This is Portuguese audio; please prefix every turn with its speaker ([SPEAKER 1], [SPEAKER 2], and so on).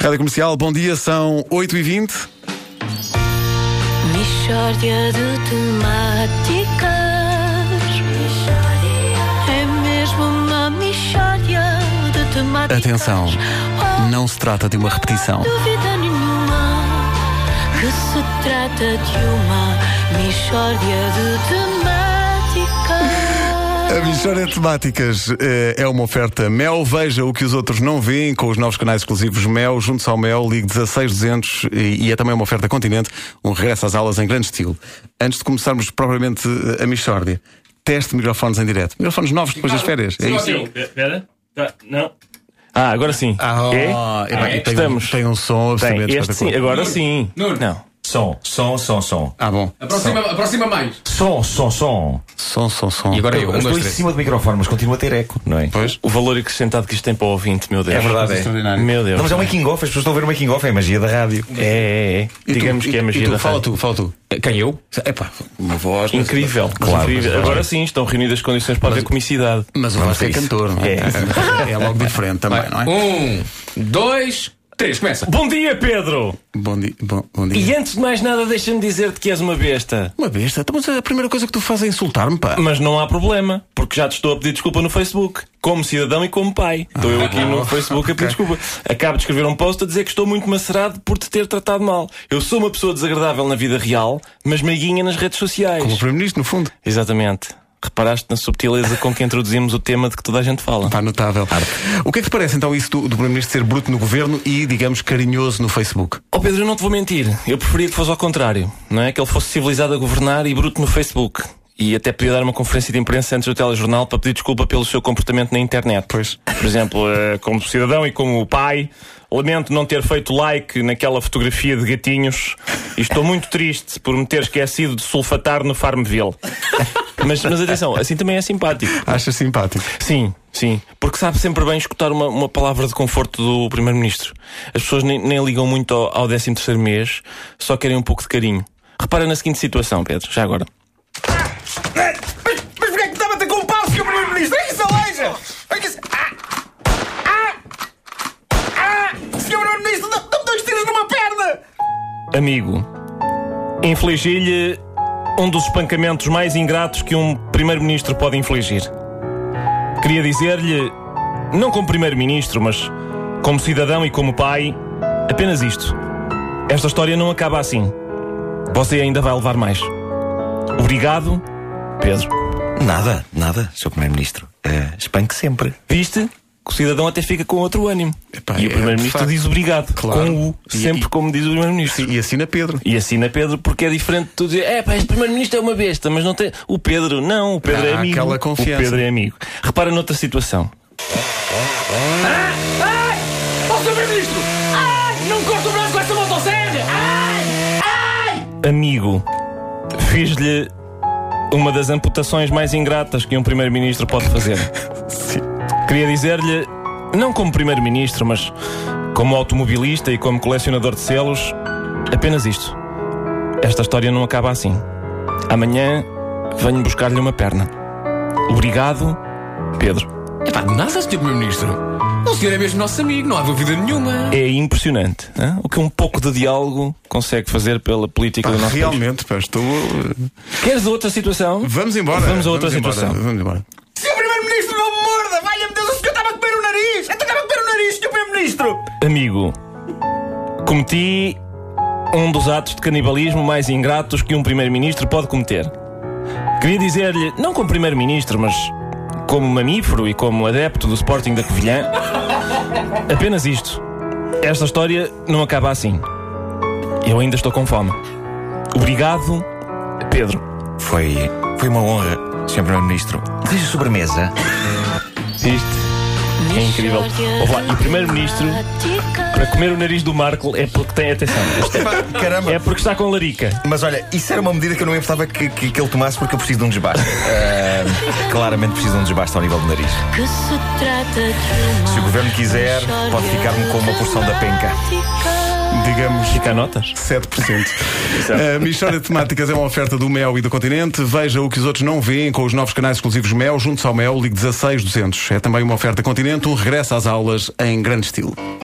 [SPEAKER 1] Rádio Comercial, bom dia, são 8h20.
[SPEAKER 2] Mixórdia de temáticas. É mesmo uma mixórdia de temáticas.
[SPEAKER 1] Atenção,
[SPEAKER 2] Oh,
[SPEAKER 1] não se trata de uma repetição.
[SPEAKER 2] dúvida nenhuma que se trata de uma mixórdia de temáticas.
[SPEAKER 1] A
[SPEAKER 3] É
[SPEAKER 1] Michória de Temáticas eh, é uma oferta Mel. Veja o que os outros não veem com os novos canais exclusivos Mel. Juntos ao Mel, ligue 16200 e, e é também uma oferta Continente, um regresso às aulas em grande estilo. Antes de começarmos propriamente eh, a Michórdia, teste de microfones em direto. Microfones novos depois das férias. É isso?
[SPEAKER 4] Sim, pera. Tá, não.
[SPEAKER 5] Ah, agora sim. é?
[SPEAKER 1] epá,
[SPEAKER 5] É?
[SPEAKER 1] e tem um-
[SPEAKER 5] Estamos.
[SPEAKER 1] Tem um som
[SPEAKER 5] Tem,
[SPEAKER 1] absolutamente
[SPEAKER 5] este sim,
[SPEAKER 1] espetacular.
[SPEAKER 5] agora sim.
[SPEAKER 3] Nuno.
[SPEAKER 5] Não.
[SPEAKER 3] Som, som, som, som.
[SPEAKER 1] Ah, bom.
[SPEAKER 3] Aproxima-
[SPEAKER 4] mais.
[SPEAKER 3] Som, som, som.
[SPEAKER 1] Som, som, som.
[SPEAKER 3] E agora eu,
[SPEAKER 4] um,
[SPEAKER 3] estou
[SPEAKER 4] dois,
[SPEAKER 3] em
[SPEAKER 4] três.
[SPEAKER 3] cima do microfone, mas continua a ter eco, não é?
[SPEAKER 1] Pois.
[SPEAKER 5] O valor acrescentado que isto tem para o ouvinte, meu Deus.
[SPEAKER 3] É verdade, é.
[SPEAKER 1] Extraordinário.
[SPEAKER 5] Meu Deus.
[SPEAKER 3] Não, mas é um making off, as pessoas estão a ver o making off, é a magia da rádio.
[SPEAKER 5] É, é, é.
[SPEAKER 1] E tu,
[SPEAKER 5] Digamos
[SPEAKER 1] e-
[SPEAKER 5] que é a
[SPEAKER 1] e
[SPEAKER 5] magia
[SPEAKER 1] tu,
[SPEAKER 5] da
[SPEAKER 1] Fala
[SPEAKER 5] rádio.
[SPEAKER 1] tu, fala tu.
[SPEAKER 3] Quem eu?
[SPEAKER 1] Epá, uma voz. mas-
[SPEAKER 5] Incrível.
[SPEAKER 3] Claro,
[SPEAKER 5] incrível.
[SPEAKER 3] mas- é
[SPEAKER 5] Agora sim, estão reunidas as condições para haver comicidade.
[SPEAKER 1] Mas o Vasco é cantor, não é? É logo diferente também, não é?
[SPEAKER 4] Um, dois, três, começa.
[SPEAKER 5] Bom dia, Pedro!
[SPEAKER 1] Bom dia. Bom, bom dia.
[SPEAKER 5] E antes de mais nada, deixa-me dizer-te que és uma besta.
[SPEAKER 1] Uma besta? Então, Mas a primeira coisa que tu fazes é insultar-me, pá.
[SPEAKER 5] Mas não há problema, porque já te estou a pedir desculpa no Facebook. Como cidadão e como pai. Estou eu aqui no Facebook a pedir desculpa. Acabo de escrever um post a dizer que estou muito macerado por te ter tratado mal. Eu sou uma pessoa desagradável na vida real, mas meiguinha nas redes sociais.
[SPEAKER 1] Como o Primeiro-Ministro, no fundo.
[SPEAKER 5] Exatamente. Reparaste na subtileza com que introduzimos o tema de que toda a gente fala.
[SPEAKER 1] Pá, notável. O que é que te parece então isso do, do Primeiro-Ministro ser bruto no governo e, digamos, carinhoso no Facebook?
[SPEAKER 5] Oh Pedro, eu não te vou mentir. Eu preferia que fosse ao contrário, não é? Que ele fosse civilizado a governar e bruto no Facebook. E até podia dar uma conferência de imprensa antes do telejornal para pedir desculpa pelo seu comportamento na internet.
[SPEAKER 1] Pois.
[SPEAKER 5] Por exemplo, eh, como cidadão e como pai, lamento não ter feito like naquela fotografia de gatinhos e estou muito triste por me ter esquecido de sulfatar no Farmville. Mas, mas atenção, assim também é simpático.
[SPEAKER 1] Achas simpático?
[SPEAKER 5] Sim, sim. Porque sabe sempre bem escutar uma, uma palavra de conforto do Primeiro-Ministro. As pessoas nem, nem ligam muito ao, ao 13 terceiro mês, só querem um pouco de carinho. Repara na seguinte situação, Pedro, já agora.
[SPEAKER 3] Mas, mas porquê é que estava a ter com o pau, Sr. Primeiro-Ministro? É que se aleija! É que se... Ah! Ah! Ah! Sr. Primeiro-Ministro, dá- dá-me dois tiros numa perna!
[SPEAKER 5] Amigo, infligi-lhe um dos espancamentos mais ingratos que um Primeiro-Ministro pode infligir. Queria dizer-lhe, não como Primeiro-Ministro, mas como cidadão e como pai, apenas isto. Esta história não acaba assim. Você ainda vai levar mais. Obrigado, Pedro.
[SPEAKER 3] é. Nada, nada, Sr. Primeiro-Ministro. Eh, espanque sempre.
[SPEAKER 5] Viste? Que o cidadão até fica com outro ânimo.
[SPEAKER 1] Epá,
[SPEAKER 5] e
[SPEAKER 1] é, de
[SPEAKER 5] o Primeiro-Ministro
[SPEAKER 1] facto.
[SPEAKER 5] diz obrigado.
[SPEAKER 1] Claro.
[SPEAKER 5] Com o,
[SPEAKER 1] E-
[SPEAKER 5] sempre
[SPEAKER 1] e-
[SPEAKER 5] como diz o Primeiro-Ministro.
[SPEAKER 1] E assina Pedro.
[SPEAKER 5] E assina Pedro porque é diferente de tu dizer É pá, este primeiro-ministro é uma besta Mas não tem... O Pedro não, o Pedro
[SPEAKER 1] Não,
[SPEAKER 5] é
[SPEAKER 1] há
[SPEAKER 5] amigo
[SPEAKER 1] aquela confiança.
[SPEAKER 5] O Pedro é amigo Repara noutra situação
[SPEAKER 4] Ó, Sr. Primeiro-Ministro! Ai, não me corta o braço com essa motosserra! Ai!
[SPEAKER 5] Amigo Fiz-lhe uma das amputações mais ingratas Que um primeiro-ministro pode fazer Queria dizer-lhe Não como primeiro-ministro, mas Como automobilista e como colecionador de selos Apenas isto Esta história não acaba assim Amanhã venho buscar-lhe uma perna Obrigado, Pedro
[SPEAKER 4] Epá, de nada, Sr. Primeiro-Ministro. O senhor é mesmo nosso amigo, não há dúvida nenhuma.
[SPEAKER 5] É impressionante hã? o que um pouco de diálogo consegue fazer pela política do nosso país.
[SPEAKER 1] Realmente, pá, estou. eh,
[SPEAKER 5] Queres outra situação?
[SPEAKER 1] Vamos embora.
[SPEAKER 5] Vamos a outra
[SPEAKER 1] embora,
[SPEAKER 5] situação.
[SPEAKER 1] Vamos embora.
[SPEAKER 3] Sr. Primeiro-Ministro, não me morda! Valha-me Deus, eu que eu estava a comer o nariz! Eu estava a comer o nariz, Sr. Primeiro-Ministro!
[SPEAKER 5] Amigo, cometi um dos atos de canibalismo mais ingratos que um primeiro-ministro pode cometer. Queria dizer-lhe, não como primeiro-ministro, mas como mamífero e como adepto do Sporting da Covilhã, apenas isto. Esta história não acaba assim. Eu ainda estou com fome. Obrigado, Pedro.
[SPEAKER 3] Foi, foi uma honra, Sr. Primeiro-Ministro. Desejo sobremesa.
[SPEAKER 5] Isto. É incrível.
[SPEAKER 2] Mixórdia
[SPEAKER 5] Ouve lá, e o primeiro-ministro,
[SPEAKER 2] de temáticas.
[SPEAKER 5] Para comer o nariz do Marco é porque tem atenção.
[SPEAKER 3] Caramba,
[SPEAKER 5] É porque está com larica.
[SPEAKER 3] mas olha, isso era uma medida que eu não importava que, que, que ele tomasse porque eu preciso de um desbaste. Ah, claramente preciso de um desbaste ao nível do nariz.
[SPEAKER 2] Que se trata de uma
[SPEAKER 3] Se o governo quiser,
[SPEAKER 2] mixórdia
[SPEAKER 3] pode ficar-me com uma porção da penca.
[SPEAKER 2] de temáticas.
[SPEAKER 1] Digamos.
[SPEAKER 5] Fica a notas.
[SPEAKER 1] 7%. a Michória de Temáticas é uma oferta do Mel e do Continente. Veja o que os outros não veem com os novos canais exclusivos Mel, juntos ao Mel, ligue 16200. É também uma oferta Continente, um regresso às aulas em grande estilo.